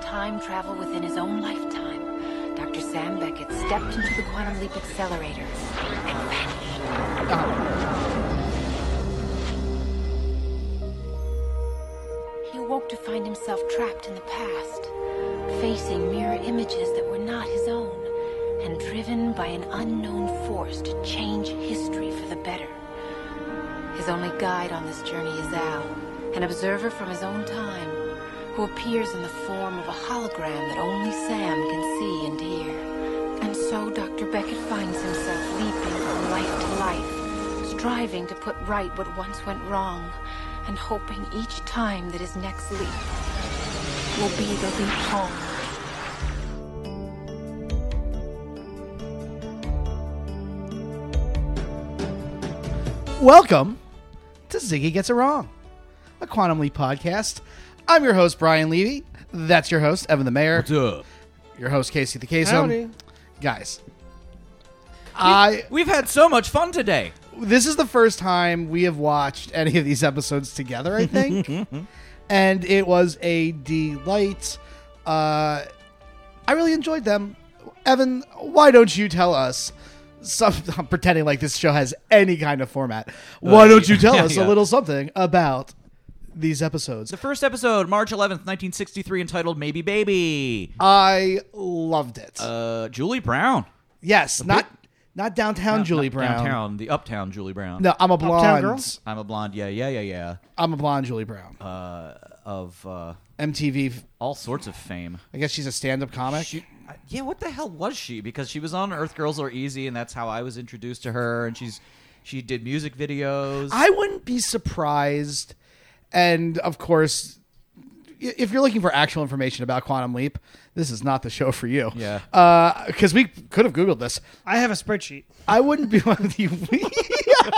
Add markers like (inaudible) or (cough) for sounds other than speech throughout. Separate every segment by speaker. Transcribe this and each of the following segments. Speaker 1: time travel within his own lifetime, Dr. Sam Beckett stepped into the Quantum Leap Accelerator and vanished. He awoke to find himself trapped in the past, facing mirror images that were not his own, and driven by an unknown force to change history for the better. His only guide on this journey is Al, an observer from his own time, who appears in the form of a hologram that only Sam can see and hear. And so Dr. Beckett finds himself leaping from life to life, striving to put right what once went wrong, and hoping each time that his next leap will be the leap home.
Speaker 2: Welcome to Ziggy Gets It Wrong, a Quantum Leap podcast. I'm your host, Brian Levy. That's your host, Evan the Mayor.
Speaker 3: up?
Speaker 2: Your host, Casey the Case.
Speaker 3: Howdy.
Speaker 2: Guys, I
Speaker 3: We've had so much fun today.
Speaker 2: this is the first time we have watched any of these episodes together, I
Speaker 3: (laughs)
Speaker 2: think. and it was a delight. Uh, I really enjoyed them. Evan, why don't you tell us? Some, (laughs) I'm pretending like this show has any kind of format. Why don't you tell
Speaker 3: (laughs) yeah,
Speaker 2: us
Speaker 3: yeah.
Speaker 2: a little something about these episodes?
Speaker 3: The first episode, March 11th, 1963, entitled Maybe Baby.
Speaker 2: I loved it.
Speaker 3: Uh, Julie Brown.
Speaker 2: yes, not not downtown Julie
Speaker 3: Not
Speaker 2: Brown.
Speaker 3: Downtown, the Uptown Julie Brown.
Speaker 2: No, I'm a
Speaker 4: Uptown
Speaker 2: blonde.
Speaker 4: Girl?
Speaker 3: I'm a blonde, yeah, yeah, yeah, yeah.
Speaker 2: I'm a blonde Julie Brown.
Speaker 3: Uh, Of uh,
Speaker 2: MTV. f-
Speaker 3: all sorts of fame.
Speaker 2: I guess she's a stand-up comic.
Speaker 3: She, I- yeah, what the hell was she? Because she was on Earth Girls Are Easy, and that's how I was introduced to her. And she's she did music videos.
Speaker 2: I wouldn't be surprised. And of course, i- if you're looking for actual information about Quantum Leap, this is not the show for you.
Speaker 3: Yeah.
Speaker 2: Because we could have Googled this.
Speaker 4: I have a spreadsheet.
Speaker 2: I wouldn't be (laughs) one of the.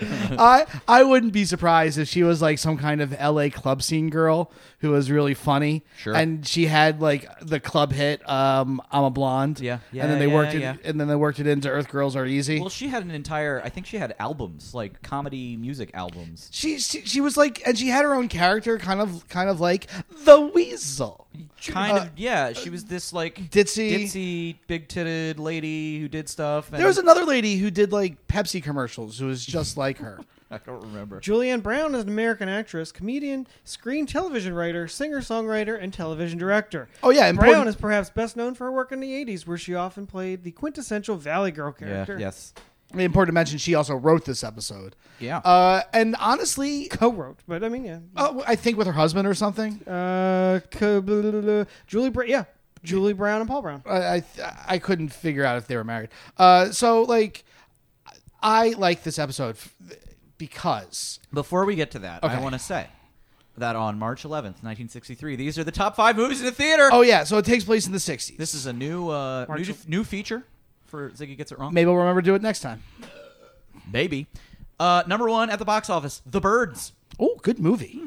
Speaker 2: I I wouldn't be surprised if she was like some kind of L.A. club scene girl who was really funny.
Speaker 3: Sure.
Speaker 2: And she had like the club hit um, "I'm a Blonde."
Speaker 3: Yeah.
Speaker 2: and then
Speaker 3: Yeah,
Speaker 2: they
Speaker 3: yeah,
Speaker 2: worked it,
Speaker 3: yeah.
Speaker 2: and then they worked it into "Earth Girls Are Easy."
Speaker 3: well, she had an entire. I think she had albums, like comedy music albums.
Speaker 2: she, she she was like, and she had her own character, kind of kind of like the Weasel.
Speaker 3: kind
Speaker 2: Uh,
Speaker 3: of yeah she was this like
Speaker 2: ditzy-
Speaker 3: ditzy big titted lady who did stuff and
Speaker 2: There was another lady who did like Pepsi commercials who was just like her.
Speaker 3: i don't remember
Speaker 4: Julianne Brown is an American actress, comedian, screen television writer, singer songwriter, and television director.
Speaker 2: Oh, yeah, and
Speaker 4: Brown
Speaker 2: Paul-
Speaker 4: is perhaps best known for her work in the 80s, where she often played the quintessential Valley Girl
Speaker 3: yeah
Speaker 4: character.
Speaker 3: yes
Speaker 2: Important to mention, she also wrote this episode.
Speaker 3: Yeah.
Speaker 2: uh, and honestly,
Speaker 4: Co wrote, but I mean, yeah.
Speaker 2: Oh, I think with her husband or something.
Speaker 4: Uh, co- blah, blah, blah, blah. Julie Brown, yeah. Julie Brown and Paul Brown.
Speaker 2: I I, th- I couldn't figure out if they were married. Uh, so like, I like this episode f- because
Speaker 3: before we get to that i
Speaker 2: Okay.
Speaker 3: want to say that on march 11th 1963 these are the top five movies in the theater
Speaker 2: oh yeah, so it takes place in the '60s.
Speaker 3: this is a new uh
Speaker 4: March
Speaker 3: new,
Speaker 4: el-
Speaker 3: new feature for ziggy gets it wrong
Speaker 2: Maybe we'll remember to do it next time.
Speaker 3: maybe uh number one at the box office the birds
Speaker 2: Oh, good movie.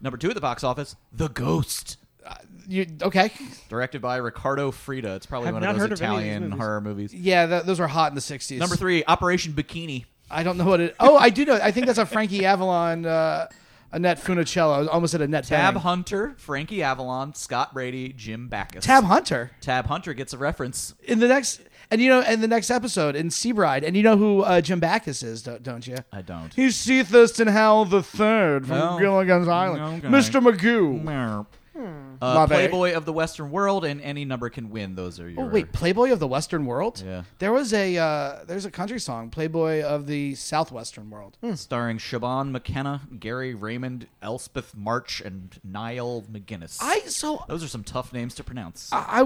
Speaker 3: number two at the box office the ghost
Speaker 2: Uh, You okay?
Speaker 3: directed by ricardo frida it's probably
Speaker 4: I've
Speaker 3: one
Speaker 4: not
Speaker 3: of those
Speaker 4: heard of any of these
Speaker 3: italian
Speaker 4: movies.
Speaker 3: horror movies
Speaker 2: Yeah, th- those were hot in the '60s.
Speaker 3: number three operation bikini
Speaker 2: I don't know what it. Oh, I do know. I think that's a Frankie Avalon, uh, Annette Funicello. I was almost at Annette
Speaker 3: Tab
Speaker 2: Bening.
Speaker 3: Hunter, Frankie Avalon, Scott Brady, Jim Backus.
Speaker 2: Tab Hunter
Speaker 3: Tab Hunter gets a reference.
Speaker 2: in the next. And you know, in the next episode in Seabride, and you know who uh, Jim Backus is, don't, don't you?
Speaker 3: I don't.
Speaker 2: He's Sea Thurston Howell the Third from
Speaker 3: No.
Speaker 2: Gilligan's
Speaker 3: No,
Speaker 2: Island.
Speaker 3: okay.
Speaker 2: Mr. Magoo.
Speaker 3: Uh,
Speaker 2: Hmm. My bad.
Speaker 3: Playboy of the Western World and Any Number Can Win. Those are your.
Speaker 2: Oh wait, Playboy of the Western World.
Speaker 3: Yeah.
Speaker 2: There was a uh, there's a country song, Playboy of the Southwestern World.
Speaker 3: Hmm. Starring Siobhan McKenna, Gary Raymond, Elspeth March, and Niall McGuinness.
Speaker 2: I so
Speaker 3: Those are some tough names to pronounce.
Speaker 2: I, I-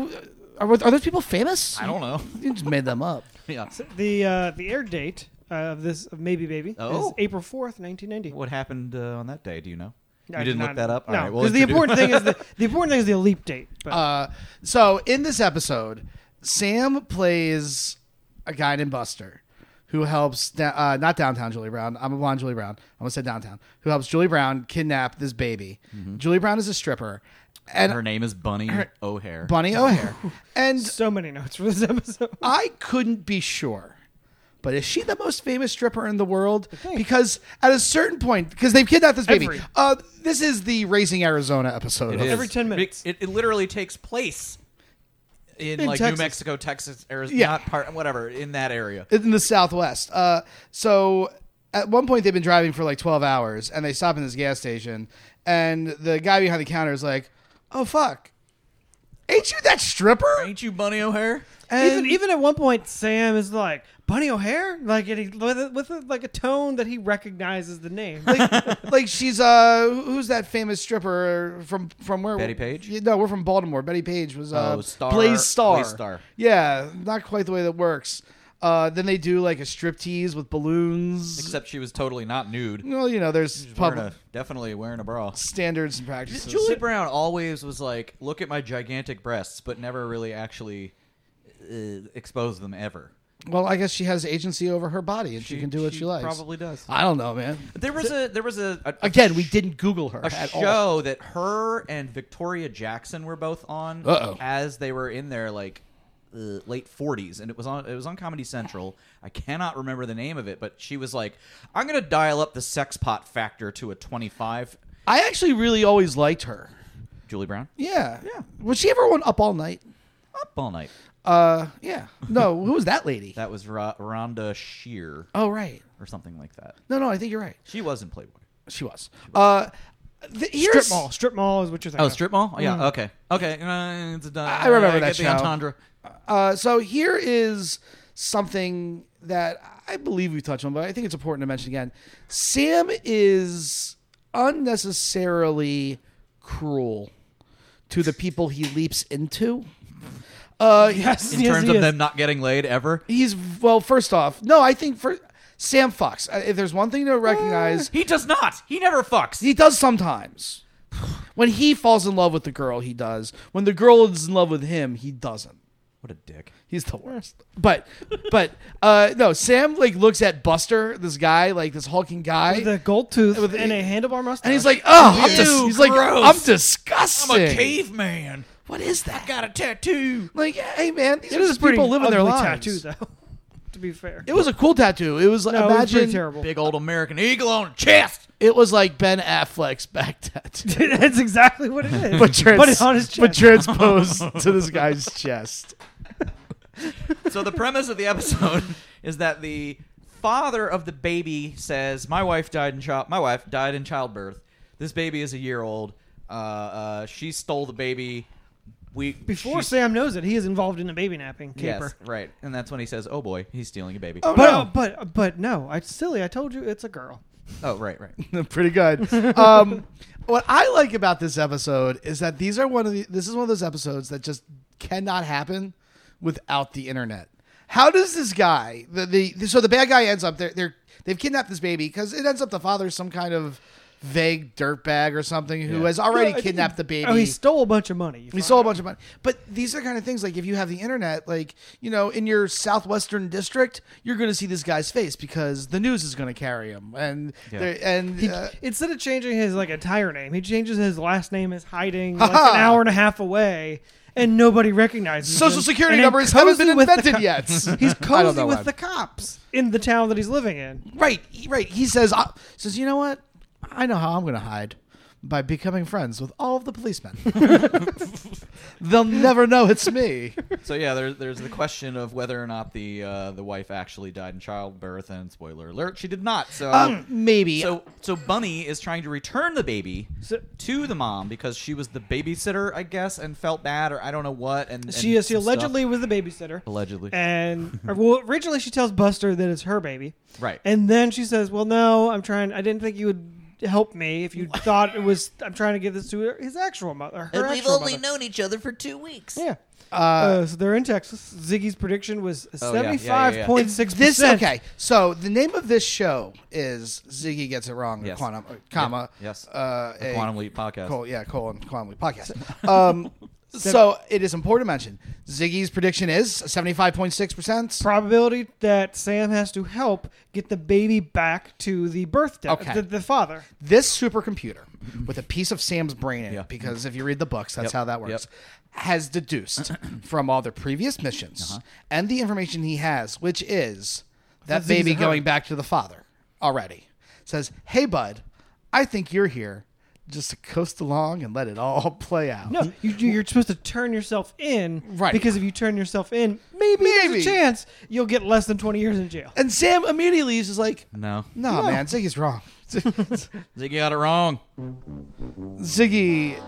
Speaker 2: are, are those people famous?
Speaker 3: I don't know. (laughs)
Speaker 2: You just made them up.
Speaker 3: yeah.
Speaker 4: The uh, the air date uh, of this of Maybe Baby is
Speaker 3: Oh.
Speaker 4: April 4th, 1990.
Speaker 3: What happened uh, on that day? Do you know? you
Speaker 4: I did
Speaker 3: didn't
Speaker 4: not-
Speaker 3: look that up.
Speaker 4: No,
Speaker 3: All right. Well,
Speaker 4: because the important thing is the,
Speaker 3: (laughs)
Speaker 4: the important thing is the leap date. But
Speaker 2: Uh, so in this episode, Sam plays a guy named Buster who helps da- uh, not downtown Julie Brown. I'm a blonde Julie Brown. I almost said downtown. Who helps Julie Brown kidnap this baby? Julie Brown is a stripper, and
Speaker 3: Mm-hmm. Her name is Bunny O'Hare. (laughs)
Speaker 2: Bunny O'Hare. and
Speaker 4: so many notes for this (laughs) episode.
Speaker 2: I couldn't be sure, But is she the most famous stripper in the world? Because at a certain point, because they've kidnapped this baby.
Speaker 4: Every-
Speaker 2: Uh, this is the Raising Arizona episode. of-
Speaker 3: It
Speaker 4: Every
Speaker 3: is.
Speaker 4: 10 minutes.
Speaker 3: It, it literally takes place in,
Speaker 4: In
Speaker 3: like
Speaker 4: Texas.
Speaker 3: New Mexico, Texas, Arizona,
Speaker 2: Yeah.
Speaker 3: not part, whatever, in that area.
Speaker 2: in the Southwest. Uh, so at one point they've been driving for like 12 hours and they stop in this gas station and the guy behind the counter is like, "Oh fuck. Ain't you that stripper?"
Speaker 3: Ain't you Bunny O'Hare?
Speaker 2: And
Speaker 4: even even at one point, Sam is like Bunny O'Hare, like and he, with, a, with a, like a tone that he recognizes the (laughs) name.
Speaker 2: like,
Speaker 3: (laughs)
Speaker 2: like she's uh who- who's that famous stripper from from where
Speaker 3: Betty Page?
Speaker 2: Yeah, No, we're from Baltimore. Betty Page was uh
Speaker 3: Oh, Star-
Speaker 2: Blaze Star.
Speaker 3: Blaze Star.
Speaker 2: Yeah, not quite the way that works. Uh, then they do like a striptease with balloons.
Speaker 3: Except she was totally not nude.
Speaker 2: well, you know, there's
Speaker 3: Wearing
Speaker 2: public
Speaker 3: a- definitely wearing a bra.
Speaker 2: standards and practices.
Speaker 3: Julie Brown always was like, "Look at my gigantic breasts," but never really actually uh, exposed them ever.
Speaker 2: Well, I guess she has agency over her body and she, can do what she, likes.
Speaker 3: Probably does.
Speaker 2: I don't know,
Speaker 3: (laughs)
Speaker 2: man.
Speaker 3: There was a there was a, a
Speaker 2: Again, we didn't Google her
Speaker 3: a
Speaker 2: at
Speaker 3: show
Speaker 2: all.
Speaker 3: that her and Victoria Jackson were both on
Speaker 2: Uh-oh.
Speaker 3: as they were in their like uh, late 40s and it was on it was on Comedy Central. I cannot remember the name of it, but she was like, "I'm going to dial up the sex pot factor to a 25."
Speaker 2: I actually really always liked her.
Speaker 3: Julie Brown
Speaker 2: Yeah.
Speaker 3: Yeah.
Speaker 2: Was she ever one up all night?
Speaker 3: up all night.
Speaker 2: Uh, yeah. No, who was that lady?
Speaker 3: That was Ra- Rhonda Shear
Speaker 2: (laughs) oh, right.
Speaker 3: or something like that.
Speaker 2: No, no, I think you're right.
Speaker 3: She was in Playboy.
Speaker 2: She was. Uh, the, here's,
Speaker 4: strip mall, strip mall is what you're thinking.
Speaker 3: Oh,
Speaker 4: of.
Speaker 3: strip mall. Yeah. Okay. Okay. Uh, it's a done.
Speaker 2: Mm. I remember
Speaker 3: I
Speaker 2: that
Speaker 3: get the
Speaker 2: show.
Speaker 3: entendre.
Speaker 2: Uh, so here is something that I believe we touched on, but I think it's important to mention again. Sam is unnecessarily cruel to the people he leaps into. Uh, yes,
Speaker 3: In
Speaker 4: Yes,
Speaker 3: terms
Speaker 4: he
Speaker 3: of
Speaker 4: is.
Speaker 3: them not getting laid ever.
Speaker 2: he's well. First off, no, I think for Sam fucks. Uh, If there's one thing to recognize,
Speaker 3: He does not. He never fucks.
Speaker 2: he does sometimes. When he falls in love with the girl, he does. When the girl is in love with him, he doesn't.
Speaker 3: what a dick.
Speaker 2: He's the worst. But but uh no, Sam like looks at Buster, this guy, like this hulking guy.
Speaker 4: with a gold tooth
Speaker 2: With-
Speaker 4: and a handlebar mustache.
Speaker 2: and he's like, oh, I'm
Speaker 3: Ew,
Speaker 2: dis- he's like,
Speaker 3: gross.
Speaker 2: I'm disgusting.
Speaker 3: caveman.
Speaker 2: What is that?
Speaker 3: a tattoo.
Speaker 2: like, hey man, these
Speaker 4: it
Speaker 2: are
Speaker 4: is a
Speaker 2: just
Speaker 4: pretty
Speaker 2: people living their
Speaker 4: ugly
Speaker 2: lives.
Speaker 4: tattoo though. (laughs) to be fair,
Speaker 2: It was a cool tattoo. It was like
Speaker 4: no, it was
Speaker 2: imagine
Speaker 4: pretty terrible.
Speaker 3: Big old American eagle on a chest.
Speaker 2: it was like Ben Affleck's back (laughs) tattoo,
Speaker 4: (laughs) That's exactly what it is.
Speaker 2: but, trans-
Speaker 4: (laughs) But it's on his
Speaker 2: but
Speaker 4: chest.
Speaker 2: transposed to this guy's chest.
Speaker 3: So the premise of the episode (laughs) is that the father of the baby says, "My wife died in child. My wife died in childbirth. This baby is a year old. Uh, uh, she stole the baby. We
Speaker 4: Before
Speaker 3: she-
Speaker 4: Sam knows it, he is involved in a baby napping caper.
Speaker 3: Yes, right. And that's when he says, "Oh boy, he's stealing a baby."
Speaker 2: Oh,
Speaker 3: Oh,
Speaker 4: But,
Speaker 2: no.
Speaker 4: uh, but but no, I silly. I told you it's a girl.
Speaker 3: Oh, right,
Speaker 2: (laughs)
Speaker 3: right.
Speaker 2: pretty good. Um, what I like about this episode is that these are one of the, this is one of those episodes that just cannot happen without the internet. How does this guy the, the so the bad guy ends up they're, they're they've kidnapped this baby because it ends up the father's some kind of vague dirtbag or something who
Speaker 3: Yeah.
Speaker 2: has already
Speaker 4: No, I think
Speaker 2: kidnapped
Speaker 4: he-
Speaker 2: the baby.
Speaker 4: Oh, he stole a bunch of money.
Speaker 2: We stole a bunch of money. But these are kind of things like if you have the internet, like, you know, in your southwestern district, you're going to see this guy's face because the news is going to carry him. And,
Speaker 3: Yeah.
Speaker 2: they're- and
Speaker 4: He,
Speaker 2: uh,
Speaker 4: instead of changing his like entire name, he changes his last name as hiding like,
Speaker 2: Ha-ha.
Speaker 4: an hour and a half away, and nobody recognizes
Speaker 2: social
Speaker 4: him.
Speaker 2: security
Speaker 4: And
Speaker 2: numbers
Speaker 4: he's
Speaker 2: haven't
Speaker 4: cozy
Speaker 2: been
Speaker 4: with the
Speaker 2: invented (laughs)
Speaker 4: co-
Speaker 2: yet.
Speaker 4: He's
Speaker 2: I don't
Speaker 4: cozy
Speaker 2: know
Speaker 4: with
Speaker 2: why.
Speaker 4: the cops in the town that he's living in.
Speaker 2: right, he- right. He says, uh, says, you know what? I know how I'm going to hide by becoming friends with all of the policemen. (laughs) They'll never know it's (laughs) me.
Speaker 3: So yeah, there's there's the question of whether or not the uh, the wife actually died in childbirth, and spoiler alert, she did not. So
Speaker 2: Um, maybe.
Speaker 3: so so Bunny is trying to return the baby
Speaker 4: So-
Speaker 3: to the mom because she was the babysitter, I guess, and felt bad or I don't know what. And, and
Speaker 4: She is she
Speaker 3: some stuff.
Speaker 4: allegedly was the babysitter.
Speaker 3: allegedly (laughs)
Speaker 4: and or, well, originally she tells Buster that it's her baby,
Speaker 3: Right.
Speaker 4: And then she says, "Well, no, I'm trying. I didn't think you would help me if you thought it was. I'm trying to give this to his actual mother. Her actual mother.
Speaker 5: known each other for two weeks.
Speaker 4: yeah." Uh, so they're in Texas. Ziggy's prediction was
Speaker 3: Oh, yeah, yeah, yeah, yeah.
Speaker 4: seventy-five point six
Speaker 2: This
Speaker 4: percent.
Speaker 2: okay. So the name of this show is Ziggy gets it wrong.
Speaker 3: Yes.
Speaker 2: Quantum, uh, comma.
Speaker 3: Yes.
Speaker 2: Uh,
Speaker 3: The Quantum Leap podcast.
Speaker 2: Col- yeah, colon Quantum Leap podcast. Um, (laughs) so it is important to mention Ziggy's prediction is seventy-five point six percent.
Speaker 4: Probability that Sam has to help get the baby back to the birth dad,
Speaker 2: Okay.
Speaker 4: the, the father.
Speaker 2: This supercomputer with a piece of Sam's brain in
Speaker 3: Yeah.
Speaker 2: it, because if you read the books, that's
Speaker 3: Yep.
Speaker 2: how that works. Has (clears throat) deduced from all the previous missions and the information he has, which is Uh-huh. that
Speaker 4: That's easy
Speaker 2: baby
Speaker 4: to hurt.
Speaker 2: going back to the father already says, "Hey, bud, I think you're here just to coast along and let it all (laughs) play out."
Speaker 4: No, you, you- you're supposed to turn yourself in,
Speaker 2: Right.
Speaker 4: Because if you turn yourself in, maybe,
Speaker 2: Maybe.
Speaker 4: there's a chance you'll get less than 20 years in jail.
Speaker 2: And Sam immediately is just like,
Speaker 3: No.
Speaker 2: "No, man, Ziggy's wrong." (laughs)
Speaker 3: Ziggy got it wrong.
Speaker 2: Ziggy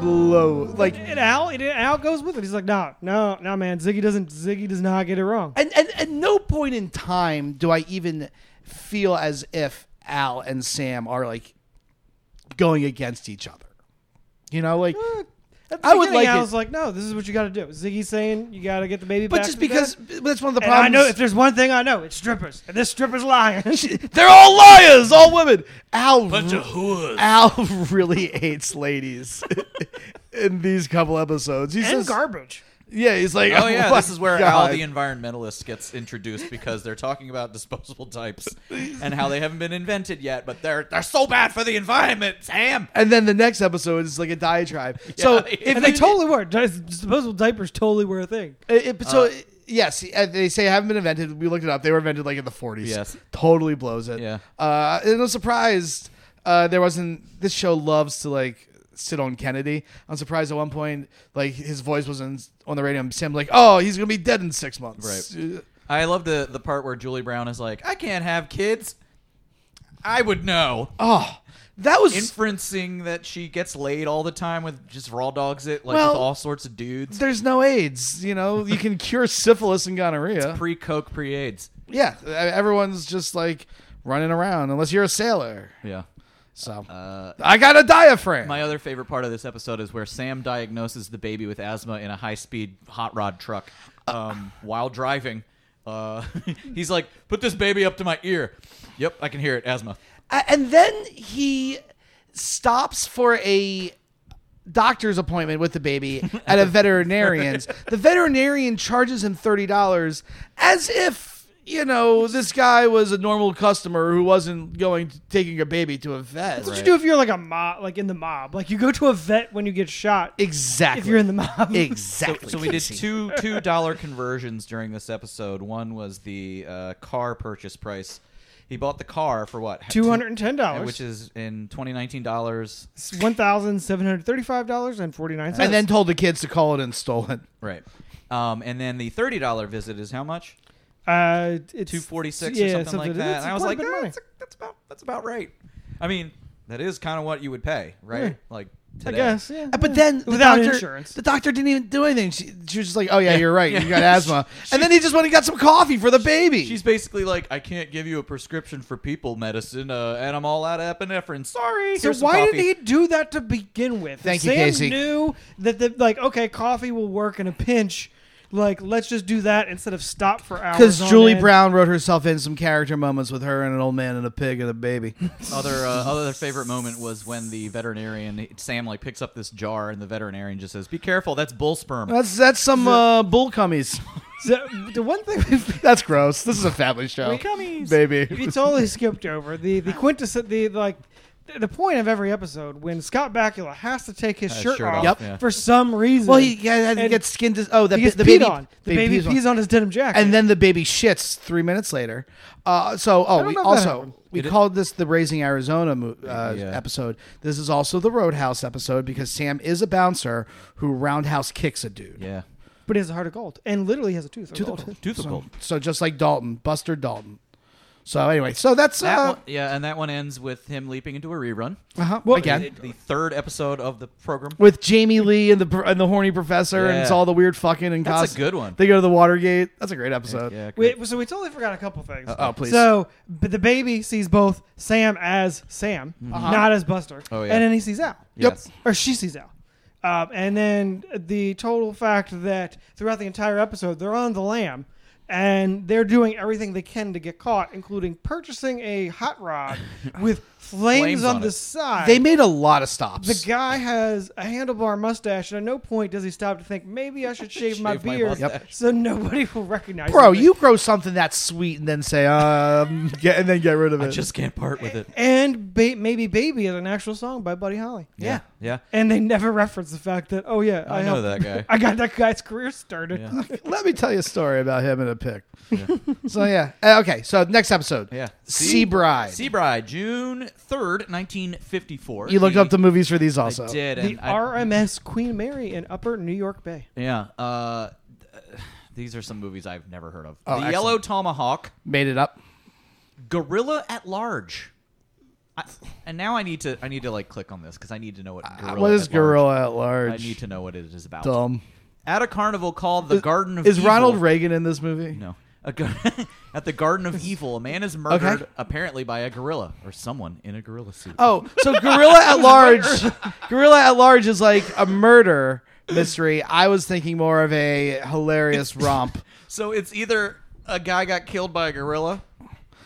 Speaker 2: blow like
Speaker 4: And Al, and Al goes with it. He's like, no, no, no, man. Ziggy doesn't. Ziggy does not get it wrong.
Speaker 2: and, and at no point in time do I even feel as if Al and Sam are like going against each other. You know, like
Speaker 4: Hmm. At the
Speaker 2: I would
Speaker 4: beginning,
Speaker 2: like
Speaker 4: Al's
Speaker 2: it-
Speaker 4: like, no, this is what you got to do. Ziggy's saying you got to get the baby
Speaker 2: but
Speaker 4: back.
Speaker 2: just
Speaker 4: from the
Speaker 2: because
Speaker 4: dead.
Speaker 2: but that's one of the
Speaker 4: And
Speaker 2: problems.
Speaker 4: I know if there's one thing I know, it's strippers, and this stripper's lying. (laughs)
Speaker 2: (laughs) They're all liars, all women. Al, Al (laughs) really hates ladies (laughs) in these couple episodes. He
Speaker 4: and
Speaker 2: says,
Speaker 4: garbage.
Speaker 2: "Yeah, he's like, (laughs)
Speaker 3: Oh yeah,
Speaker 2: my
Speaker 3: this is where
Speaker 2: God.
Speaker 3: Al the environmentalist gets introduced because they're talking about disposable types and how they haven't been invented yet, but they're they're so bad for the environment, Sam.
Speaker 2: and then the next episode is like a
Speaker 3: (laughs)
Speaker 2: diatribe. so
Speaker 3: Yeah.
Speaker 2: (laughs) if
Speaker 4: And they
Speaker 2: you-
Speaker 4: totally were. Di- Disposable diapers totally were a thing.
Speaker 2: It, it- but so yes, uh, they say haven't been invented. We looked it up. They were invented like in the forties.
Speaker 3: Yes.
Speaker 2: totally blows it.
Speaker 3: Yeah.
Speaker 2: uh, and I was surprised uh, there wasn't. This show loves to like sit on Kennedy. I'm surprised at one point like his voice was in, on the radio. And Sam like, oh, he's gonna be dead in six months. Uh, Right.
Speaker 3: I love the the part where Julie Brown is like, I can't have kids. I would know.
Speaker 2: Oh, that was
Speaker 3: Inferencing that she gets laid all the time with just raw dogs it like
Speaker 2: Well-
Speaker 3: with all sorts of dudes.
Speaker 2: there's no AIDS. You know, you can cure syphilis and gonorrhea.
Speaker 3: Pre coke, pre AIDS.
Speaker 2: yeah, e- everyone's just like running around unless you're a sailor.
Speaker 3: Yeah.
Speaker 2: So
Speaker 3: Uh,
Speaker 2: I got a diaphragm.
Speaker 3: My other favorite part of this episode is where Sam diagnoses the baby with asthma in a high-speed hot rod truck um, while driving. Uh, (laughs) he's like, "Put this baby up to my ear." Yep, I can hear it. Asthma.
Speaker 2: A- and then he stops for a doctor's appointment with the baby at
Speaker 3: (laughs)
Speaker 2: a veterinarian's. the veterinarian charges him thirty dollars, as if you know this guy was a normal customer who wasn't going taking a baby to a vet.
Speaker 4: What you do if you're like a mob, like in the mob? Like you go to a vet when you get shot.
Speaker 2: Exactly.
Speaker 4: If you're in the
Speaker 2: (laughs)
Speaker 4: mob. (laughs)
Speaker 2: Exactly.
Speaker 3: So we did
Speaker 2: Casey.
Speaker 3: two two dollar conversions during this episode. One was the uh, car purchase price. He bought the car for what?
Speaker 4: Two hundred and ten dollars,
Speaker 3: which is in twenty nineteen dollars.
Speaker 4: one thousand seven hundred thirty-five dollars and forty-nine cents.
Speaker 2: and then told the kids to call it and stole it.
Speaker 3: Right. Um, and then the thirty dollar visit is how much?
Speaker 4: uh, it's
Speaker 3: two forty six
Speaker 4: yeah,
Speaker 3: or something, like that.
Speaker 4: it's
Speaker 3: And I was
Speaker 4: quite
Speaker 3: like,
Speaker 4: a bit of
Speaker 3: "Ah,
Speaker 4: money."
Speaker 3: that's, that's about that's about right. I mean, that is kind of what you would pay, right?
Speaker 4: Yeah.
Speaker 3: Like
Speaker 4: I
Speaker 3: today.
Speaker 4: guess, yeah.
Speaker 2: Uh, But then the
Speaker 4: without
Speaker 2: doctor,
Speaker 4: insurance,
Speaker 2: the doctor didn't even do anything. She, she was just like, "Oh yeah, you're right. You
Speaker 3: Yeah.
Speaker 2: got
Speaker 3: (laughs)
Speaker 2: asthma." and then he just went and got some coffee for the baby.
Speaker 3: She's basically like, I can't give you a prescription for people medicine, uh, and I'm all out of epinephrine. Sorry.
Speaker 4: So
Speaker 3: Here's some
Speaker 4: why did
Speaker 3: coffee."
Speaker 4: he do that to begin with? If
Speaker 2: Thank you,
Speaker 4: Sam
Speaker 2: Casey.
Speaker 4: Knew that the like okay, coffee will work in a pinch. Like let's just do that instead of stop for hours.
Speaker 2: Because
Speaker 4: on
Speaker 2: Julie
Speaker 4: end.
Speaker 2: Brown wrote herself in some character moments with her and an old man and a pig and a baby.
Speaker 3: Other uh, other favorite moment was when the veterinarian Sam like picks up this jar, and the veterinarian just says, "Be careful, that's bull sperm."
Speaker 2: That's that's some uh, bull cummies.
Speaker 4: So, the one thing we've
Speaker 2: That's gross. This is a family show.
Speaker 4: Cummies. (laughs)
Speaker 2: Baby.
Speaker 4: we totally skipped over the the quintessent the like the point of every episode when Scott Bakula has to take his
Speaker 3: Uh,
Speaker 4: shirt,
Speaker 3: shirt
Speaker 4: off,
Speaker 3: off, Yep. yeah.
Speaker 4: for some reason.
Speaker 2: Well, he, yeah, he
Speaker 4: And
Speaker 2: gets skin dis- Oh, that
Speaker 4: he gets
Speaker 2: the
Speaker 4: peed
Speaker 2: baby
Speaker 4: on. The baby,
Speaker 2: pees on-
Speaker 4: pees on his denim jacket.
Speaker 2: and then the baby shits three minutes later. Uh, so, oh,
Speaker 4: don't
Speaker 2: we
Speaker 4: know if that
Speaker 2: also
Speaker 4: happened.
Speaker 2: we
Speaker 3: It-
Speaker 2: called this the Raising Arizona mo- uh,
Speaker 3: Yeah.
Speaker 2: episode. This is also the Roadhouse episode because Sam is a bouncer who roundhouse kicks a dude.
Speaker 3: yeah.
Speaker 4: but he has a heart of gold and literally has a tooth. of gold.
Speaker 3: Tooth of
Speaker 2: So,
Speaker 3: gold.
Speaker 2: so just like Dalton, Buster Dalton. So anyway, so that's
Speaker 3: That
Speaker 2: uh,
Speaker 3: one, yeah, and that one ends with him leaping into a rerun.
Speaker 2: uh-huh,
Speaker 4: Well,
Speaker 2: again
Speaker 3: The- the third episode of the program.
Speaker 2: with Jamie Lee and the pr- and the horny professor and it's
Speaker 3: Yeah.
Speaker 2: all the weird fucking and
Speaker 3: That's a
Speaker 2: cost-
Speaker 3: good one.
Speaker 2: They go to the Watergate. That's a great episode.
Speaker 3: Yeah, great.
Speaker 4: Wait, so we totally forgot a couple things.
Speaker 2: Uh, oh, please.
Speaker 4: So, but the baby sees both Sam as Sam,
Speaker 2: Uh-huh.
Speaker 4: not as Buster.
Speaker 3: Oh, yeah.
Speaker 4: And then he sees Al.
Speaker 2: Yep.
Speaker 3: Yes.
Speaker 4: Or she sees Al. Um, and then the total fact that throughout the entire episode, they're on the lam and they're doing everything they can to get caught, including purchasing a hot rod with flames,
Speaker 3: Flames
Speaker 4: on,
Speaker 3: on
Speaker 4: the
Speaker 3: it.
Speaker 4: side.
Speaker 2: They made a lot of stops.
Speaker 4: the guy has a handlebar mustache, and at no point does he stop to think maybe I should shave, my
Speaker 3: Shave my
Speaker 4: beard
Speaker 3: mustache.
Speaker 4: so nobody will recognize.
Speaker 2: Bro,
Speaker 4: me."
Speaker 2: you grow something that's sweet and then say, um, (laughs) get, and then get rid of it.
Speaker 3: I just can't part with it.
Speaker 4: and ba- maybe "Baby" is an actual song by Buddy Holly.
Speaker 3: Yeah, yeah.
Speaker 4: And they never reference the fact that oh yeah, I,
Speaker 3: I know
Speaker 4: helped-
Speaker 3: that guy.
Speaker 4: I got that guy's career started.
Speaker 3: Yeah.
Speaker 2: Let me tell you a story about him in a pic. (laughs) so, yeah. Uh, okay, so next episode.
Speaker 3: Yeah.
Speaker 2: Sea Bride.
Speaker 3: Seabride, June third, nineteen fifty four.
Speaker 2: you looked up the movies for these also.
Speaker 3: I did
Speaker 4: (laughs) The
Speaker 3: and I-
Speaker 4: RMS Queen Mary in Upper New York Bay.
Speaker 3: Yeah. Uh, th- (sighs) these are some movies I've never heard of. the
Speaker 2: Oh, excellent.
Speaker 3: Yellow Tomahawk,
Speaker 2: Made it up.
Speaker 3: Gorilla at Large. I, and now I need to I need to like click on this because I need to know what gorilla
Speaker 2: Uh, what is
Speaker 3: at Large-
Speaker 2: Gorilla at Large?
Speaker 3: I need to know what it is about.
Speaker 2: Dumb.
Speaker 3: At a carnival called the Garden of
Speaker 2: Is
Speaker 3: Evil-
Speaker 2: Ronald Reagan in this movie?
Speaker 3: No. A go- (laughs) at the Garden of Evil, a man is murdered apparently by a gorilla or someone in a gorilla suit.
Speaker 2: Oh, so Gorilla at Large, Gorilla at Large is like a murder mystery. I was thinking more of a hilarious romp.
Speaker 3: So it's either a guy got killed by a gorilla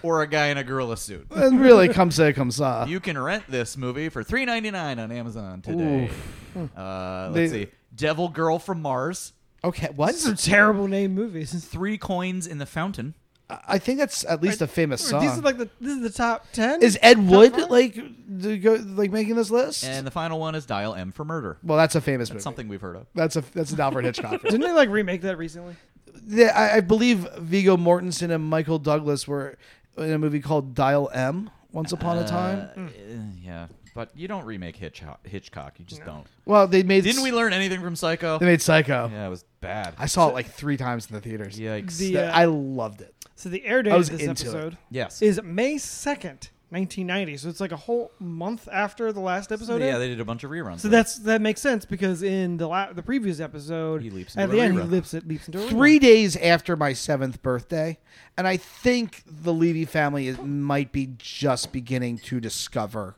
Speaker 3: or a guy in a gorilla suit.
Speaker 2: And really, come say, come saw.
Speaker 3: You can rent this movie for three ninety nine on Amazon today. Uh,
Speaker 2: Hmm.
Speaker 3: let's
Speaker 2: They-
Speaker 3: see, Devil Girl from Mars,
Speaker 2: Okay, what?
Speaker 4: Some terrible name movies.
Speaker 3: Three Coins in the Fountain.
Speaker 2: I think that's at least a famous
Speaker 4: These are
Speaker 2: song.
Speaker 4: like the this is the top ten.
Speaker 2: Is Ed Wood
Speaker 4: five?
Speaker 2: like the go, like making this list?
Speaker 3: And uh, the final one is Dial M for Murder.
Speaker 2: well, that's a famous movie.
Speaker 3: Something we've heard of.
Speaker 2: That's a that's an Alfred Hitchcock. film.
Speaker 4: Didn't they like remake that recently?
Speaker 2: The- I, I believe Vigo Mortensen and Michael Douglas were in a movie called Dial M. Once upon a time.
Speaker 3: Uh, yeah, but you don't remake Hitchcock. Hitchcock. You just don't.
Speaker 2: Well, they made
Speaker 3: Didn't we learn anything from Psycho?
Speaker 2: They made Psycho.
Speaker 3: Yeah, it was bad.
Speaker 2: I saw it like three times in the theaters.
Speaker 3: Yikes.
Speaker 4: The- uh,
Speaker 2: That-
Speaker 4: Yeah.
Speaker 2: I loved it.
Speaker 4: So the air date
Speaker 2: I
Speaker 4: of
Speaker 2: was
Speaker 4: this
Speaker 2: into it.
Speaker 4: episode
Speaker 3: yes.
Speaker 4: is May second, nineteen ninety. So it's like a whole month after the last episode.
Speaker 3: yeah,
Speaker 4: aired.
Speaker 3: they did a bunch of reruns.
Speaker 4: so
Speaker 3: of
Speaker 4: that's that makes sense because in the la- the previous episode,
Speaker 3: He leaps
Speaker 4: at
Speaker 3: into
Speaker 4: the
Speaker 3: a
Speaker 4: end
Speaker 3: rerun.
Speaker 4: he leaps it leaps into a rerun.
Speaker 2: Three days after my seventh birthday, and I think the Levy family is, might be just beginning to discover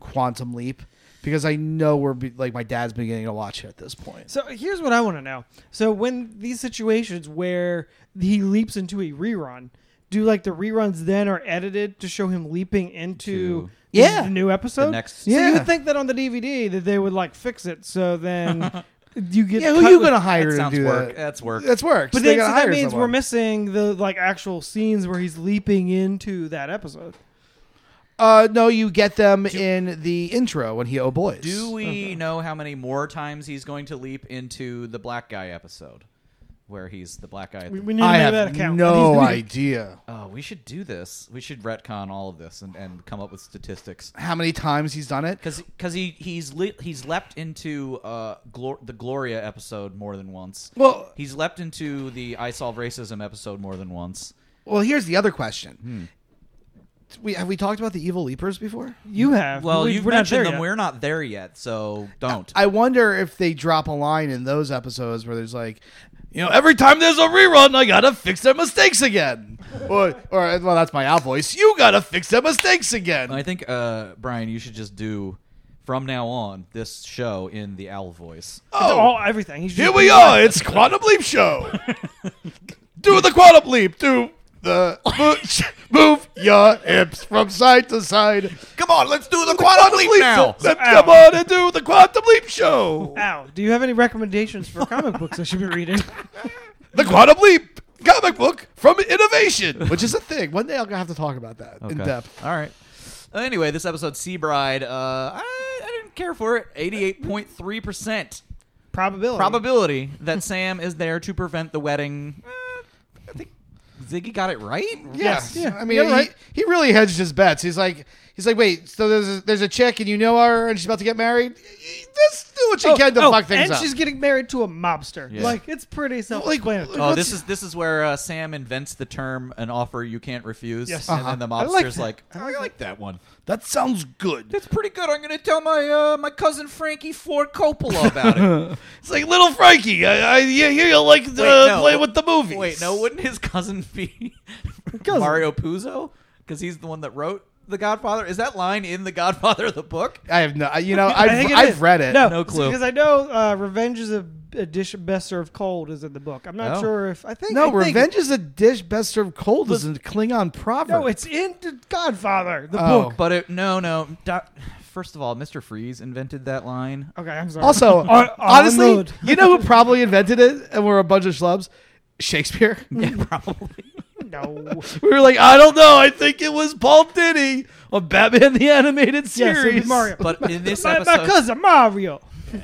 Speaker 2: Quantum Leap because I know we're be, like my dad's beginning to watch it at this point.
Speaker 4: So here's what I want to know. So when these situations where he leaps into a rerun, do like the reruns then are edited to show him leaping into
Speaker 3: To-
Speaker 4: the-
Speaker 2: Yeah.
Speaker 4: the new episode?
Speaker 3: The next-
Speaker 4: so
Speaker 2: Yeah.
Speaker 4: you would think that on the DVD that they would like fix it so then you get
Speaker 2: yeah, who
Speaker 4: cut
Speaker 2: you
Speaker 4: with-
Speaker 2: gonna
Speaker 3: that
Speaker 2: hire to
Speaker 3: sounds
Speaker 2: do
Speaker 3: work.
Speaker 2: that?
Speaker 3: That's work.
Speaker 2: That's work.
Speaker 4: But
Speaker 2: So they
Speaker 4: then, so
Speaker 2: gotta
Speaker 4: that
Speaker 2: hire
Speaker 4: means we're
Speaker 2: someone.
Speaker 4: missing the like actual scenes where he's leaping into that episode.
Speaker 2: Uh, no, you get them in the intro when he oh boys.
Speaker 3: Do
Speaker 4: (laughs)
Speaker 3: we know how many more times he's going to leap into the black guy episode, where he's the black guy? At the
Speaker 4: We, we need to
Speaker 2: I
Speaker 4: make
Speaker 2: have
Speaker 4: that account. (laughs)
Speaker 2: no idea
Speaker 3: Oh, we should do this. We should retcon all of this and, and come up with statistics.
Speaker 2: how many times he's done it.
Speaker 3: Because he he's le- he's leapt into uh Glor- the Gloria episode more than once.
Speaker 2: Well-
Speaker 3: he's leapt into the I solve racism episode more than once.
Speaker 2: Well, here's the other question.
Speaker 4: Hmm.
Speaker 2: We have we talked about the evil leapers before?
Speaker 4: You have.
Speaker 3: Well,
Speaker 4: we,
Speaker 3: you've
Speaker 4: we're not there
Speaker 3: mentioned them.
Speaker 4: yet.
Speaker 3: We're not there yet, so don't.
Speaker 2: I wonder if they drop a line in those episodes where there's like, you know, every time there's a rerun, I gotta fix their mistakes
Speaker 3: (laughs)
Speaker 2: again. or, or well, that's my out voice. You gotta fix their mistakes again.
Speaker 3: I think uh Brian, you should just do from now on this show in the owl voice.
Speaker 4: It's all everything. He's
Speaker 2: Here
Speaker 3: (laughs)
Speaker 4: just-
Speaker 2: we are. It's Quantum Leap Show. do the Quantum Leap. Do the move, (laughs) move your hips from side to side.
Speaker 3: Come on, let's do the
Speaker 2: So- let's come on and do the Quantum Leap Show.
Speaker 4: Ow. Do you have any recommendations
Speaker 2: (laughs)
Speaker 4: for comic books I should be reading?
Speaker 2: the Quantum Leap comic book from innovation, which is a thing. One day I'll have to talk about that in
Speaker 3: Okay.
Speaker 2: depth.
Speaker 3: All right. Uh, anyway, this episode, Seabride, uh, I, I didn't care for it. 88.3%
Speaker 4: Probability.
Speaker 3: probability that Sam is there to prevent the wedding. Uh, I think Ziggy got it right.
Speaker 4: Yes.
Speaker 2: Yeah.
Speaker 4: Yeah.
Speaker 2: I mean,
Speaker 4: You're right.
Speaker 2: he, he really hedged his bets. He's like, he's like, wait, so there's a, there's a chick and you know her and she's about to get married. Let's do what she
Speaker 4: Oh,
Speaker 2: can to
Speaker 4: oh,
Speaker 2: fuck things
Speaker 4: and
Speaker 2: up.
Speaker 4: she's getting married to a mobster.
Speaker 3: Yeah.
Speaker 4: Like it's pretty self-explanatory.
Speaker 3: Oh,
Speaker 2: What's-
Speaker 3: this is this is where uh, Sam invents the term "an offer you can't refuse,"
Speaker 4: Yes.
Speaker 3: and then the
Speaker 4: I like
Speaker 3: mobster's
Speaker 4: that.
Speaker 3: like,
Speaker 4: I
Speaker 3: "I
Speaker 4: like
Speaker 3: like, that one.
Speaker 2: that sounds good.
Speaker 3: That's pretty good. I'm gonna tell my uh, my cousin Frankie Ford Coppola about it."
Speaker 2: It's like little Frankie. I, I you, you like to
Speaker 3: Wait, no.
Speaker 2: Uh, play with the movies.
Speaker 3: Wait, no, wouldn't his cousin be
Speaker 4: Cousin.
Speaker 3: Mario Puzo? Because he's the one that wrote The Godfather. Is that line in The Godfather, the book?
Speaker 2: I have no. You know,
Speaker 4: I
Speaker 2: I've,
Speaker 4: think it
Speaker 2: I've
Speaker 4: is.
Speaker 2: read it.
Speaker 4: No,
Speaker 3: No
Speaker 4: it's
Speaker 3: clue.
Speaker 4: Because I know uh, Revenge is a a dish best served cold is in the book. I'm not
Speaker 3: Oh.
Speaker 4: sure if I think
Speaker 2: No,
Speaker 4: I think-
Speaker 2: revenge is a dish best served cold is a Klingon proverb.
Speaker 4: No, it's in the Godfather, the
Speaker 2: Oh.
Speaker 4: book.
Speaker 3: But it, no, no. Doc, first of all, Mr. Freeze invented that line.
Speaker 4: Okay, I'm sorry.
Speaker 2: also (laughs)
Speaker 4: On- on
Speaker 2: honestly,
Speaker 4: road.
Speaker 2: (laughs) you know who probably invented it and we're a bunch of schlubs? (laughs) Shakespeare.
Speaker 3: Yeah, probably.
Speaker 4: (laughs) no.
Speaker 2: We were like, I don't know. I think it was Paul Diddy on Batman the Animated
Speaker 4: Yes,
Speaker 2: Series.
Speaker 4: it was Mario.
Speaker 3: (laughs) But in this
Speaker 4: my, my
Speaker 3: episode,
Speaker 4: cousin Mario.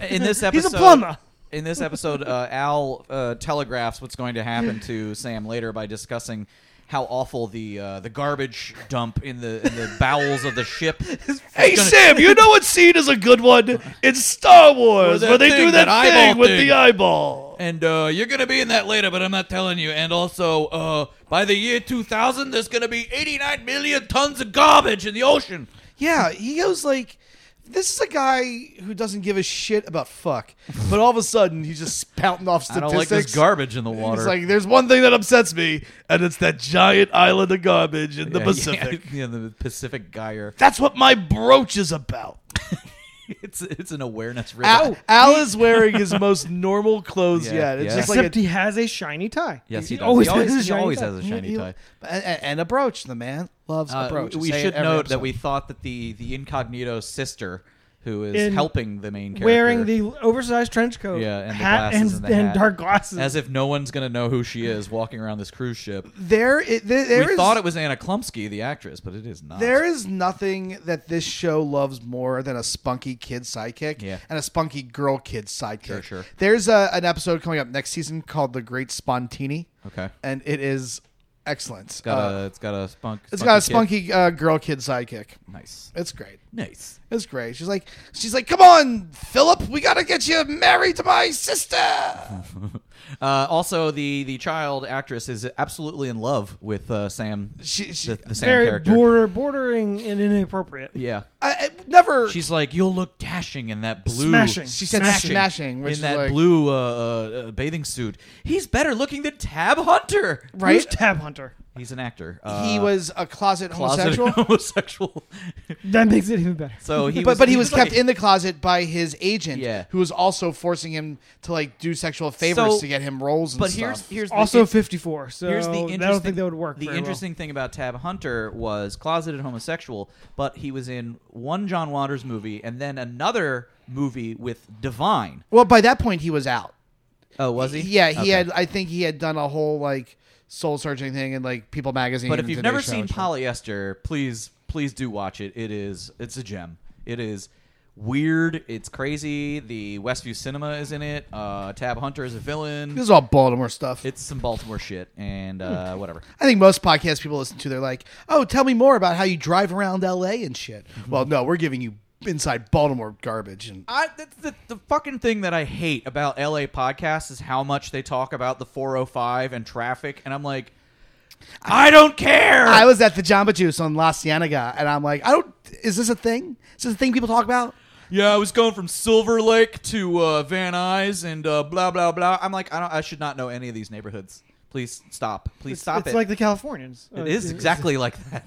Speaker 3: in this
Speaker 4: He's
Speaker 3: episode,
Speaker 4: a plumber.
Speaker 3: In this episode, uh, Al uh, telegraphs what's going to happen to Sam later by discussing how awful the uh, the garbage dump in the in the bowels of the ship. is
Speaker 2: Hey
Speaker 3: gonna-
Speaker 2: Sam, you know what scene is a good one? It's Star Wars
Speaker 3: that
Speaker 2: where they
Speaker 3: thing,
Speaker 2: do that,
Speaker 3: that
Speaker 2: thing,
Speaker 3: eyeball
Speaker 2: with
Speaker 3: thing.
Speaker 2: the eyeball.
Speaker 3: And uh, you're gonna be in that later, but I'm not telling you. And also, uh, by the year 2000, there's gonna be 89 million tons of garbage in the ocean.
Speaker 2: Yeah, he goes like, this is a guy who doesn't give a shit about fuck, but all of a sudden he's just spouting off
Speaker 3: I
Speaker 2: statistics.
Speaker 3: don't like this garbage in the water.
Speaker 2: He's like, there's one thing that upsets me, and it's that giant island of garbage in the
Speaker 3: Yeah,
Speaker 2: Pacific.
Speaker 3: (laughs) Yeah, yeah, the Pacific Gyre.
Speaker 2: That's what my brooch is about.
Speaker 3: (laughs) It's it's an awareness river.
Speaker 2: Al, Al is wearing his most normal clothes
Speaker 3: Yeah,
Speaker 2: yet. It's
Speaker 3: yeah.
Speaker 2: just
Speaker 4: Except
Speaker 2: like a
Speaker 4: he has a shiny tie.
Speaker 3: Yes, he,
Speaker 4: He
Speaker 3: does.
Speaker 4: always
Speaker 3: he always,
Speaker 4: has a
Speaker 3: he
Speaker 4: shiny
Speaker 3: always
Speaker 4: tie.
Speaker 3: has a shiny
Speaker 2: You-
Speaker 3: tie.
Speaker 2: And, and- and a brooch. The man loves
Speaker 3: Uh,
Speaker 2: a brooch.
Speaker 3: we
Speaker 2: I say
Speaker 3: should
Speaker 2: it every
Speaker 3: note that
Speaker 2: episode.
Speaker 3: we thought that the the incognito sister, who is
Speaker 4: In-
Speaker 3: helping the main character,
Speaker 4: Wearing the oversized trench coat,
Speaker 3: yeah, and the
Speaker 4: hat,
Speaker 3: glasses
Speaker 4: and,
Speaker 3: and, the
Speaker 4: and
Speaker 3: hat.
Speaker 4: dark glasses.
Speaker 3: as if no one's gonna know who she is walking around this cruise ship.
Speaker 2: there, i- there, there
Speaker 3: we
Speaker 2: is-
Speaker 3: thought it was Anna Klumsky, the actress, but it is not.
Speaker 2: There is nothing that this show loves more than a spunky kid sidekick
Speaker 3: Yeah.
Speaker 2: and a spunky girl kid sidekick.
Speaker 3: Sure, sure.
Speaker 2: There's a, an episode coming up next season called The Great Spontini,
Speaker 3: okay,
Speaker 2: and it is excellent. It's
Speaker 3: got a it's got a spunk.
Speaker 2: it's got a
Speaker 3: kid.
Speaker 2: spunky uh, girl kid sidekick.
Speaker 3: Nice,
Speaker 2: It's great.
Speaker 3: nice. (laughs)
Speaker 2: It's great. She's like, she's like, come on, Philip, we gotta get you married to my
Speaker 3: (laughs)
Speaker 2: sister.
Speaker 3: Uh, also, the the child actress is absolutely in love with uh, Sam.
Speaker 2: She, she
Speaker 3: the, the Sam
Speaker 4: very
Speaker 3: character.
Speaker 4: border, bordering and inappropriate.
Speaker 3: Yeah,
Speaker 2: I, I never.
Speaker 3: She's like, you'll look dashing in that blue.
Speaker 4: Smashing.
Speaker 2: She said
Speaker 4: Smashing.
Speaker 2: smashing, which
Speaker 3: in
Speaker 2: is
Speaker 3: that
Speaker 2: like,
Speaker 3: blue uh, uh, uh, bathing suit. He's better looking than Tab Hunter.
Speaker 2: right?
Speaker 4: Who's Tab Hunter?
Speaker 3: He's an actor. Uh,
Speaker 2: he was a closet,
Speaker 3: closeted
Speaker 2: homosexual,
Speaker 3: (laughs) homosexual.
Speaker 4: That makes it even better.
Speaker 3: so he,
Speaker 2: but
Speaker 3: was,
Speaker 2: but he was kept
Speaker 3: like-
Speaker 2: in the closet by his agent,
Speaker 3: Yeah.
Speaker 2: who was also forcing him to like do sexual favors
Speaker 3: So-
Speaker 2: to get him roles. And
Speaker 3: But
Speaker 2: stuff.
Speaker 3: here's here's
Speaker 4: Also
Speaker 3: the,
Speaker 4: 54. So
Speaker 3: here's the interesting.
Speaker 4: I don't think that would work.
Speaker 3: The
Speaker 4: very well.
Speaker 3: interesting thing about Tab Hunter was closeted homosexual, but he was in one John Waters movie and then another movie with Divine.
Speaker 2: well, by that point he was out.
Speaker 3: Oh, was he?
Speaker 2: Yeah, he
Speaker 3: Okay.
Speaker 2: had. I think he had done a whole like soul searching thing in like People magazine.
Speaker 3: But if
Speaker 2: and
Speaker 3: you've
Speaker 2: Today
Speaker 3: never
Speaker 2: Show
Speaker 3: seen
Speaker 2: and shit.
Speaker 3: Polyester, please, please do watch it. It is, it's a gem. It is weird. It's crazy. The Westview Cinema is in it. Uh, Tab Hunter is a
Speaker 2: this
Speaker 3: villain.
Speaker 2: is all Baltimore stuff.
Speaker 3: It's some Baltimore shit and uh, whatever.
Speaker 2: I think most podcast people listen to, they're like, "Oh, tell me more about how you drive around L.A. and shit."
Speaker 3: Mm-hmm.
Speaker 2: Well, no, we're giving you inside Baltimore garbage, and
Speaker 3: I, that's the, the fucking thing that I hate about LA podcasts is how much they talk about the 405 and traffic, and I'm like, I don't care.
Speaker 2: I was at the Jamba Juice on La Cienega, and I'm like, I don't. Is this a thing? Is this a thing people talk about?
Speaker 3: yeah, I was going from Silver Lake to uh, Van Nuys and uh, blah blah blah. I'm like, I don't, I should not know any of these neighborhoods. Please stop. Please
Speaker 4: It's,
Speaker 3: stop
Speaker 4: it's
Speaker 3: it.
Speaker 4: like the Californians. Uh,
Speaker 3: It is exactly like that.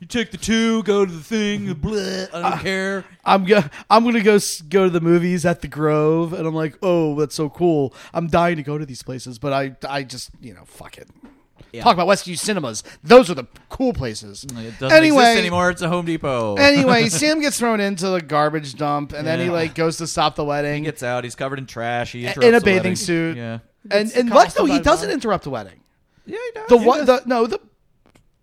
Speaker 3: You take the two, go to the thing, blah, I don't care.
Speaker 2: I'm go- I'm gonna go s- go to the movies at the Grove, and I'm like, oh, that's so cool. I'm dying to go to these places, but I I just you know fuck it.
Speaker 3: Yeah.
Speaker 2: Talk about Westview cinemas; those are the cool places.
Speaker 3: It doesn't
Speaker 2: anyway,
Speaker 3: exist anymore. It's a Home Depot.
Speaker 2: (laughs) anyway, Sam gets thrown into the garbage dump, and then he
Speaker 3: Yeah.
Speaker 2: like goes to stop the
Speaker 3: he
Speaker 2: wedding
Speaker 3: (laughs) gets out. He's covered in trash. He
Speaker 2: in a
Speaker 3: interrupts the
Speaker 2: bathing
Speaker 3: wedding.
Speaker 2: suit.
Speaker 3: Yeah.
Speaker 2: and
Speaker 4: Gets
Speaker 2: and what?
Speaker 4: accosted
Speaker 2: No,
Speaker 4: by
Speaker 2: he
Speaker 4: the
Speaker 2: doesn't
Speaker 4: mom.
Speaker 2: interrupt the wedding.
Speaker 3: Yeah, he does.
Speaker 2: The one, the no, the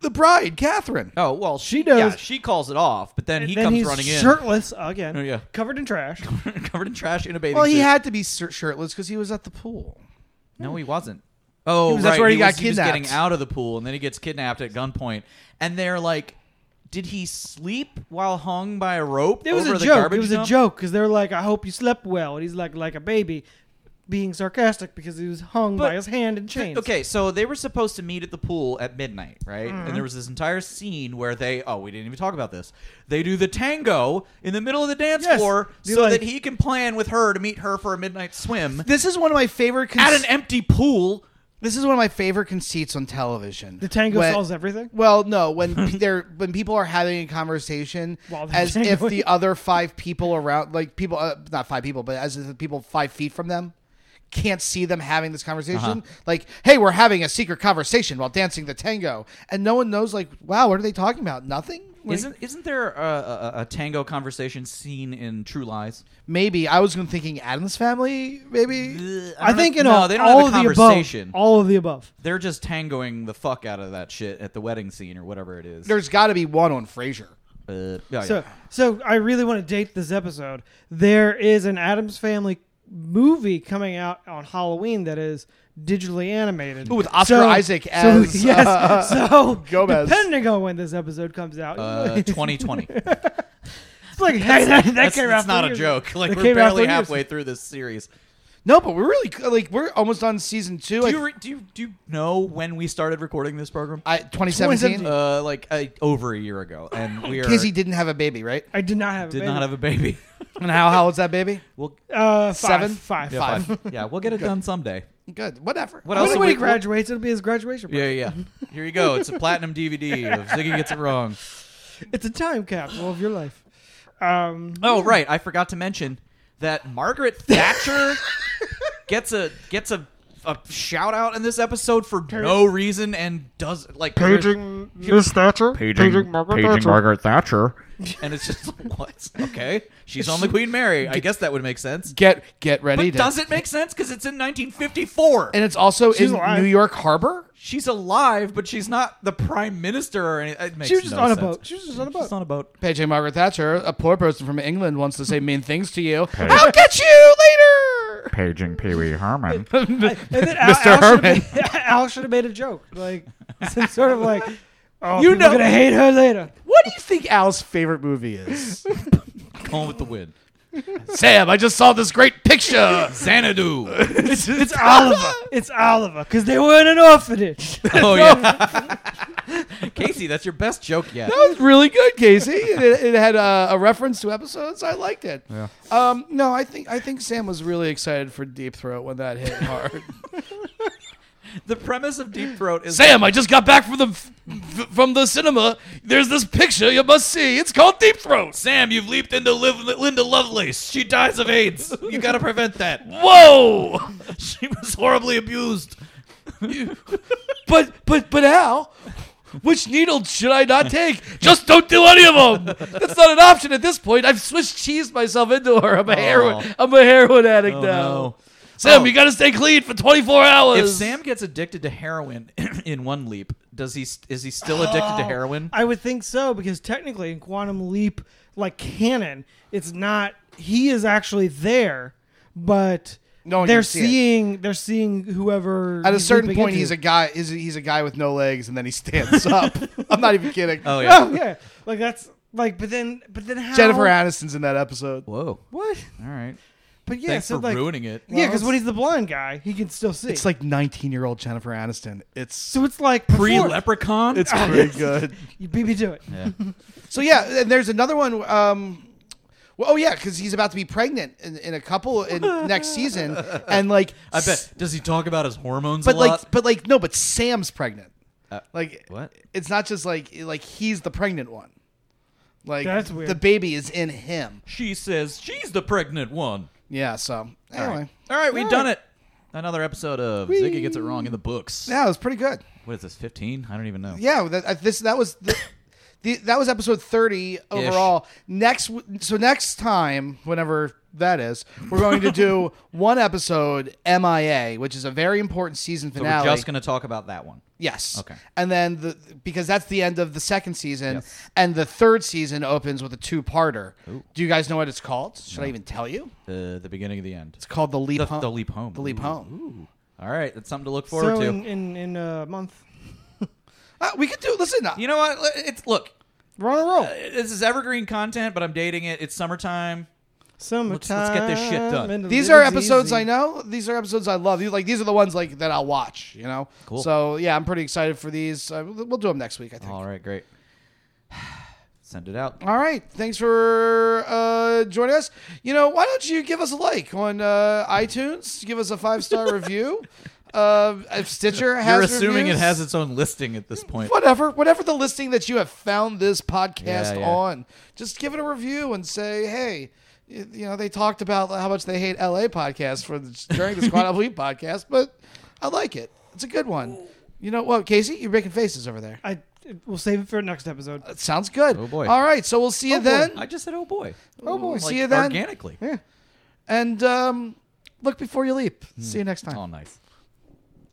Speaker 2: the bride, Catherine.
Speaker 3: oh, well, she,
Speaker 4: She does.
Speaker 3: Yeah, she calls it off, but then
Speaker 4: And
Speaker 3: he
Speaker 4: then
Speaker 3: comes
Speaker 4: he's
Speaker 3: running
Speaker 4: shirtless again.
Speaker 3: Oh, yeah.
Speaker 4: Covered in trash.
Speaker 3: in. (laughs) covered in trash in a bathing
Speaker 2: Well, he
Speaker 3: suit.
Speaker 2: had to be shir- shirtless because he was at the pool.
Speaker 3: no, he wasn't. Hmm. Oh,
Speaker 2: was- that's
Speaker 3: right.
Speaker 2: where he got
Speaker 3: was, was
Speaker 2: kidnapped.
Speaker 3: getting out of the pool, and then he gets kidnapped at gunpoint. And they're like, did he sleep while hung by a rope
Speaker 4: It was
Speaker 3: over
Speaker 4: a
Speaker 3: the
Speaker 4: joke.
Speaker 3: garbage
Speaker 4: It was
Speaker 3: dump?
Speaker 4: a joke because they're like, "I hope you slept well," and he's like, "Like a baby," being sarcastic because he was hung
Speaker 3: But-
Speaker 4: by his hand in chains.
Speaker 3: Okay, so they were supposed to meet at the pool at midnight, right? And there was this entire scene where they oh, we didn't even talk about this. They do the tango in the middle of the dance
Speaker 4: Yes.
Speaker 3: floor
Speaker 4: Be
Speaker 3: so
Speaker 4: like-
Speaker 3: that he can plan with her to meet her for a midnight swim
Speaker 2: This is one of my favorite. Cons-
Speaker 3: at an empty pool.
Speaker 2: this is one of my favorite conceits on television.
Speaker 4: the tango
Speaker 2: When-
Speaker 4: solves everything.
Speaker 2: Well, no,
Speaker 4: (laughs)
Speaker 2: when p- they're when people are having a conversation
Speaker 4: While they're
Speaker 2: as if
Speaker 4: tangoing. (laughs)
Speaker 2: the other five people around, like people, uh, not five people, but as if the people five feet from them can't see them having this conversation.
Speaker 4: Uh-huh.
Speaker 2: Like, hey, we're having a secret conversation while dancing the tango, and no one knows. Like, wow, what are they talking about? Nothing. Like,
Speaker 3: isn't isn't there a, a, a tango conversation scene in True Lies?
Speaker 2: maybe I was gonna thinking Adam's family. Maybe
Speaker 4: I, think in
Speaker 3: no,
Speaker 4: all,
Speaker 3: they don't
Speaker 4: all
Speaker 3: have a
Speaker 4: of
Speaker 3: conversation.
Speaker 4: the above, all of the above.
Speaker 3: They're just tangoing the fuck out of that shit at the wedding scene or whatever it is.
Speaker 2: there's got to be one on Frasier.
Speaker 3: Uh, yeah,
Speaker 4: So,
Speaker 3: yeah.
Speaker 4: so I really want to date this episode. There is an Adams Family movie coming out on Halloween that is digitally animated.
Speaker 2: Ooh, with Oscar Isaac
Speaker 4: so-
Speaker 2: as,
Speaker 4: (laughs) yes.
Speaker 2: uh,
Speaker 3: (laughs)
Speaker 4: so
Speaker 2: Gomez.
Speaker 4: depending on when this episode comes out, (laughs)
Speaker 3: Uh, 2020. That
Speaker 4: it's like hey, that, that
Speaker 3: that's
Speaker 4: came
Speaker 3: that's
Speaker 4: out.
Speaker 3: not
Speaker 4: three
Speaker 3: a
Speaker 4: years ago.
Speaker 3: joke. Like
Speaker 4: That
Speaker 3: we're
Speaker 4: came out
Speaker 3: barely
Speaker 4: three years
Speaker 3: halfway
Speaker 4: ago.
Speaker 3: through this series.
Speaker 2: No, but we're really like we're almost on season two.
Speaker 3: Do
Speaker 2: I-
Speaker 3: you re- do you, do you know when we started recording this program?
Speaker 2: I, 2017.
Speaker 3: Uh, like uh, over a year ago,
Speaker 4: (laughs)
Speaker 3: and we are
Speaker 2: Kizzy didn't have a baby, right?
Speaker 4: I did not have.
Speaker 3: did not have a
Speaker 4: (laughs)
Speaker 3: baby.
Speaker 2: And how how old's that baby?
Speaker 3: we'll
Speaker 4: uh, five,
Speaker 2: Seven?
Speaker 4: Five.
Speaker 3: yeah,
Speaker 2: Five.
Speaker 3: fine. yeah, we'll get it done someday.
Speaker 4: (laughs)
Speaker 2: Good. Whatever.
Speaker 3: What
Speaker 4: When-
Speaker 3: else?
Speaker 4: when,
Speaker 3: have we-
Speaker 4: he graduates, it'll be his graduation.
Speaker 3: Yeah, yeah. yeah. Here you go. It's a platinum DVD of Ziggy gets it wrong.
Speaker 4: It's a time capsule of your life. Um,
Speaker 3: Oh, right. I forgot to mention that Margaret
Speaker 4: (laughs)
Speaker 3: Thatcher gets a gets a, a shout out in this episode for no reason and does like
Speaker 5: Paging Miss Thatcher? Paging, Margaret Thatcher.
Speaker 3: and it's just like, (laughs) what? Okay, she's
Speaker 4: (laughs)
Speaker 3: on the Queen Mary. I guess that would make sense.
Speaker 2: Get get ready.
Speaker 3: But
Speaker 2: to-
Speaker 3: does it make sense? Because it's in 1954.
Speaker 2: And it's also in
Speaker 4: alive.
Speaker 2: New York Harbor.
Speaker 3: she's alive, but she's not the prime minister or anything. It makes
Speaker 4: she was just
Speaker 3: no
Speaker 4: on a
Speaker 3: sense.
Speaker 4: boat. She was just on a boat.
Speaker 3: She's on a boat.
Speaker 2: PJ Margaret Thatcher, a poor person from England, wants (laughs) to say mean things to you. I'll get you later.
Speaker 5: Paging Pee Wee Herman.
Speaker 2: (laughs)
Speaker 4: And
Speaker 2: Mr.
Speaker 4: then Al, Al should've
Speaker 2: Herman.
Speaker 4: made- (laughs) Al should have made a joke, like (laughs) some sort
Speaker 2: (laughs)
Speaker 4: of like, "Oh,
Speaker 2: You
Speaker 4: you
Speaker 2: know-
Speaker 4: know, gonna hate her later."
Speaker 2: What do you think Al's favorite movie is?
Speaker 3: Going with the
Speaker 4: (laughs)
Speaker 3: wind.
Speaker 2: (laughs) Sam, I just saw this great picture.
Speaker 3: Xanadu.
Speaker 4: It's, Oliver. It's Oliver because they were in an orphanage. (laughs)
Speaker 3: oh yeah. (laughs) Casey, that's your best joke yet.
Speaker 2: That was really good, Casey. It, it had a, a reference to episodes. I liked it. Yeah. Um, no, I think I think Sam was really excited for Deep Throat when that hit hard.
Speaker 3: The premise of Deep Throat is
Speaker 2: Sam, I just got back from the f- f- from the cinema. There's this picture you must see. It's called Deep Throat.
Speaker 3: Sam, you've leaped into Liv- Linda Lovelace. She dies of AIDS. You gotta prevent that.
Speaker 2: Whoa!
Speaker 3: (laughs) She was horribly abused.
Speaker 2: (laughs) But but but Al, which needle should I not take? Just don't do any of them. That's not an option at this point. I've Swiss cheesed myself into her. I'm a heroin. I'm a heroin addict now.
Speaker 3: Oh, no.
Speaker 2: Sam,
Speaker 3: Oh.
Speaker 2: you got to stay clean for 24 hours.
Speaker 3: If Sam gets addicted to heroin (clears throat) in one leap, does he is he still addicted to heroin?
Speaker 4: I would think so because technically, in Quantum Leap, like canon, it's not. He is actually there, but
Speaker 2: No one can
Speaker 4: they're
Speaker 2: see it.
Speaker 4: seeing they're seeing whoever.
Speaker 2: At a certain
Speaker 4: leaping
Speaker 2: point,
Speaker 4: into.
Speaker 2: he's
Speaker 4: (laughs)
Speaker 2: a guy. He's a, he's a guy with no legs, and then he
Speaker 3: (laughs)
Speaker 2: stands up. I'm not even kidding. (laughs)
Speaker 3: Oh yeah.
Speaker 4: Oh yeah, like that's like. But then, but then how?
Speaker 2: Jennifer Aniston's in that episode.
Speaker 3: Whoa.
Speaker 4: What?
Speaker 3: All right.
Speaker 4: But yeah,
Speaker 3: Thanks
Speaker 4: so
Speaker 3: for
Speaker 4: like,
Speaker 3: ruining it.
Speaker 4: yeah, because when he's the blind guy, he can still see.
Speaker 2: It's like 19 year old Jennifer Aniston. It's
Speaker 3: (laughs)
Speaker 4: so it's like
Speaker 3: Pre
Speaker 4: before-
Speaker 3: leprechaun.
Speaker 2: it's pretty good.
Speaker 4: You beat me to it.
Speaker 2: So yeah, and there's another one. Um, well, oh yeah, because he's about to be pregnant in, in a couple
Speaker 3: (laughs)
Speaker 2: in next season, and like
Speaker 3: (laughs) I bet. Does he talk about his hormones
Speaker 2: but
Speaker 3: a
Speaker 2: like
Speaker 3: lot? Uh,
Speaker 2: but like no, but Sam's pregnant. like
Speaker 3: what?
Speaker 2: It's not just like like he's the pregnant one. Like
Speaker 4: That's weird.
Speaker 2: The baby is in him.
Speaker 3: She says she's the pregnant one.
Speaker 2: Yeah. So anyway,
Speaker 3: All right, we've done it. Another episode of Ziggy gets it wrong in the books.
Speaker 2: yeah, it was pretty good.
Speaker 3: What is this? Fifteen? I don't even know.
Speaker 2: Yeah, that, uh, this that was
Speaker 3: (coughs)
Speaker 2: the, the that was episode thirty overall. Next, w- so next time, whenever that is, we're going to
Speaker 3: (laughs)
Speaker 2: do one episode MIA, which is a very important season
Speaker 3: So
Speaker 2: finale.
Speaker 3: we're just gonna talk about that one.
Speaker 2: yes,
Speaker 3: Okay.
Speaker 2: and then the because that's the end of the second season,
Speaker 3: Yes.
Speaker 2: and the third season opens with a two-parter. Do you guys know what it's called? Should I even tell you?
Speaker 3: The the beginning of the end.
Speaker 2: It's called the leap.
Speaker 3: The,
Speaker 2: home.
Speaker 3: the leap home.
Speaker 2: The leap
Speaker 3: Ooh.
Speaker 2: home.
Speaker 3: All right, that's something to look forward
Speaker 4: So
Speaker 3: to.
Speaker 4: in, in in a month,
Speaker 2: Uh, we could do. Listen, uh,
Speaker 3: you know what? It's look.
Speaker 4: we're on a roll.
Speaker 3: This is evergreen content, but I'm dating it. It's summertime.
Speaker 4: Summertime.
Speaker 3: let's get this shit done.
Speaker 4: and the
Speaker 2: these are
Speaker 4: living's
Speaker 2: episodes
Speaker 4: easy.
Speaker 2: I know. These are episodes I love. These like these are the ones like that I'll watch. You know.
Speaker 3: Cool.
Speaker 2: So yeah, I'm pretty excited for these. Uh, we'll we'll do them next week. I think.
Speaker 3: All right, great. (sighs) Send it out.
Speaker 2: All right. Thanks for uh, joining us. You know, why don't you give us a like on uh, iTunes? Give us a five
Speaker 3: (laughs)
Speaker 2: star review. Uh, if Stitcher has
Speaker 3: You're assuming
Speaker 2: reviews,
Speaker 3: it has its own listing at this point.
Speaker 2: whatever whatever the listing that you have found this podcast
Speaker 3: Yeah, yeah.
Speaker 2: on. Just give it a review and say, hey. you you know, they talked about how much they hate LA podcasts for the,
Speaker 3: (laughs)
Speaker 2: during this Quantum Leap podcast, but I like it. It's a good one. You know what, Casey? You're making faces over there.
Speaker 4: I we'll save it for next episode.
Speaker 2: That sounds good.
Speaker 3: Oh, boy.
Speaker 2: All right, so we'll see you then.
Speaker 3: I just said, oh boy.
Speaker 2: Oh, boy.
Speaker 3: Like,
Speaker 2: See you then.
Speaker 3: Organically. Hmm.
Speaker 2: And um, look before you leap. See you next time.
Speaker 3: Oh, nice.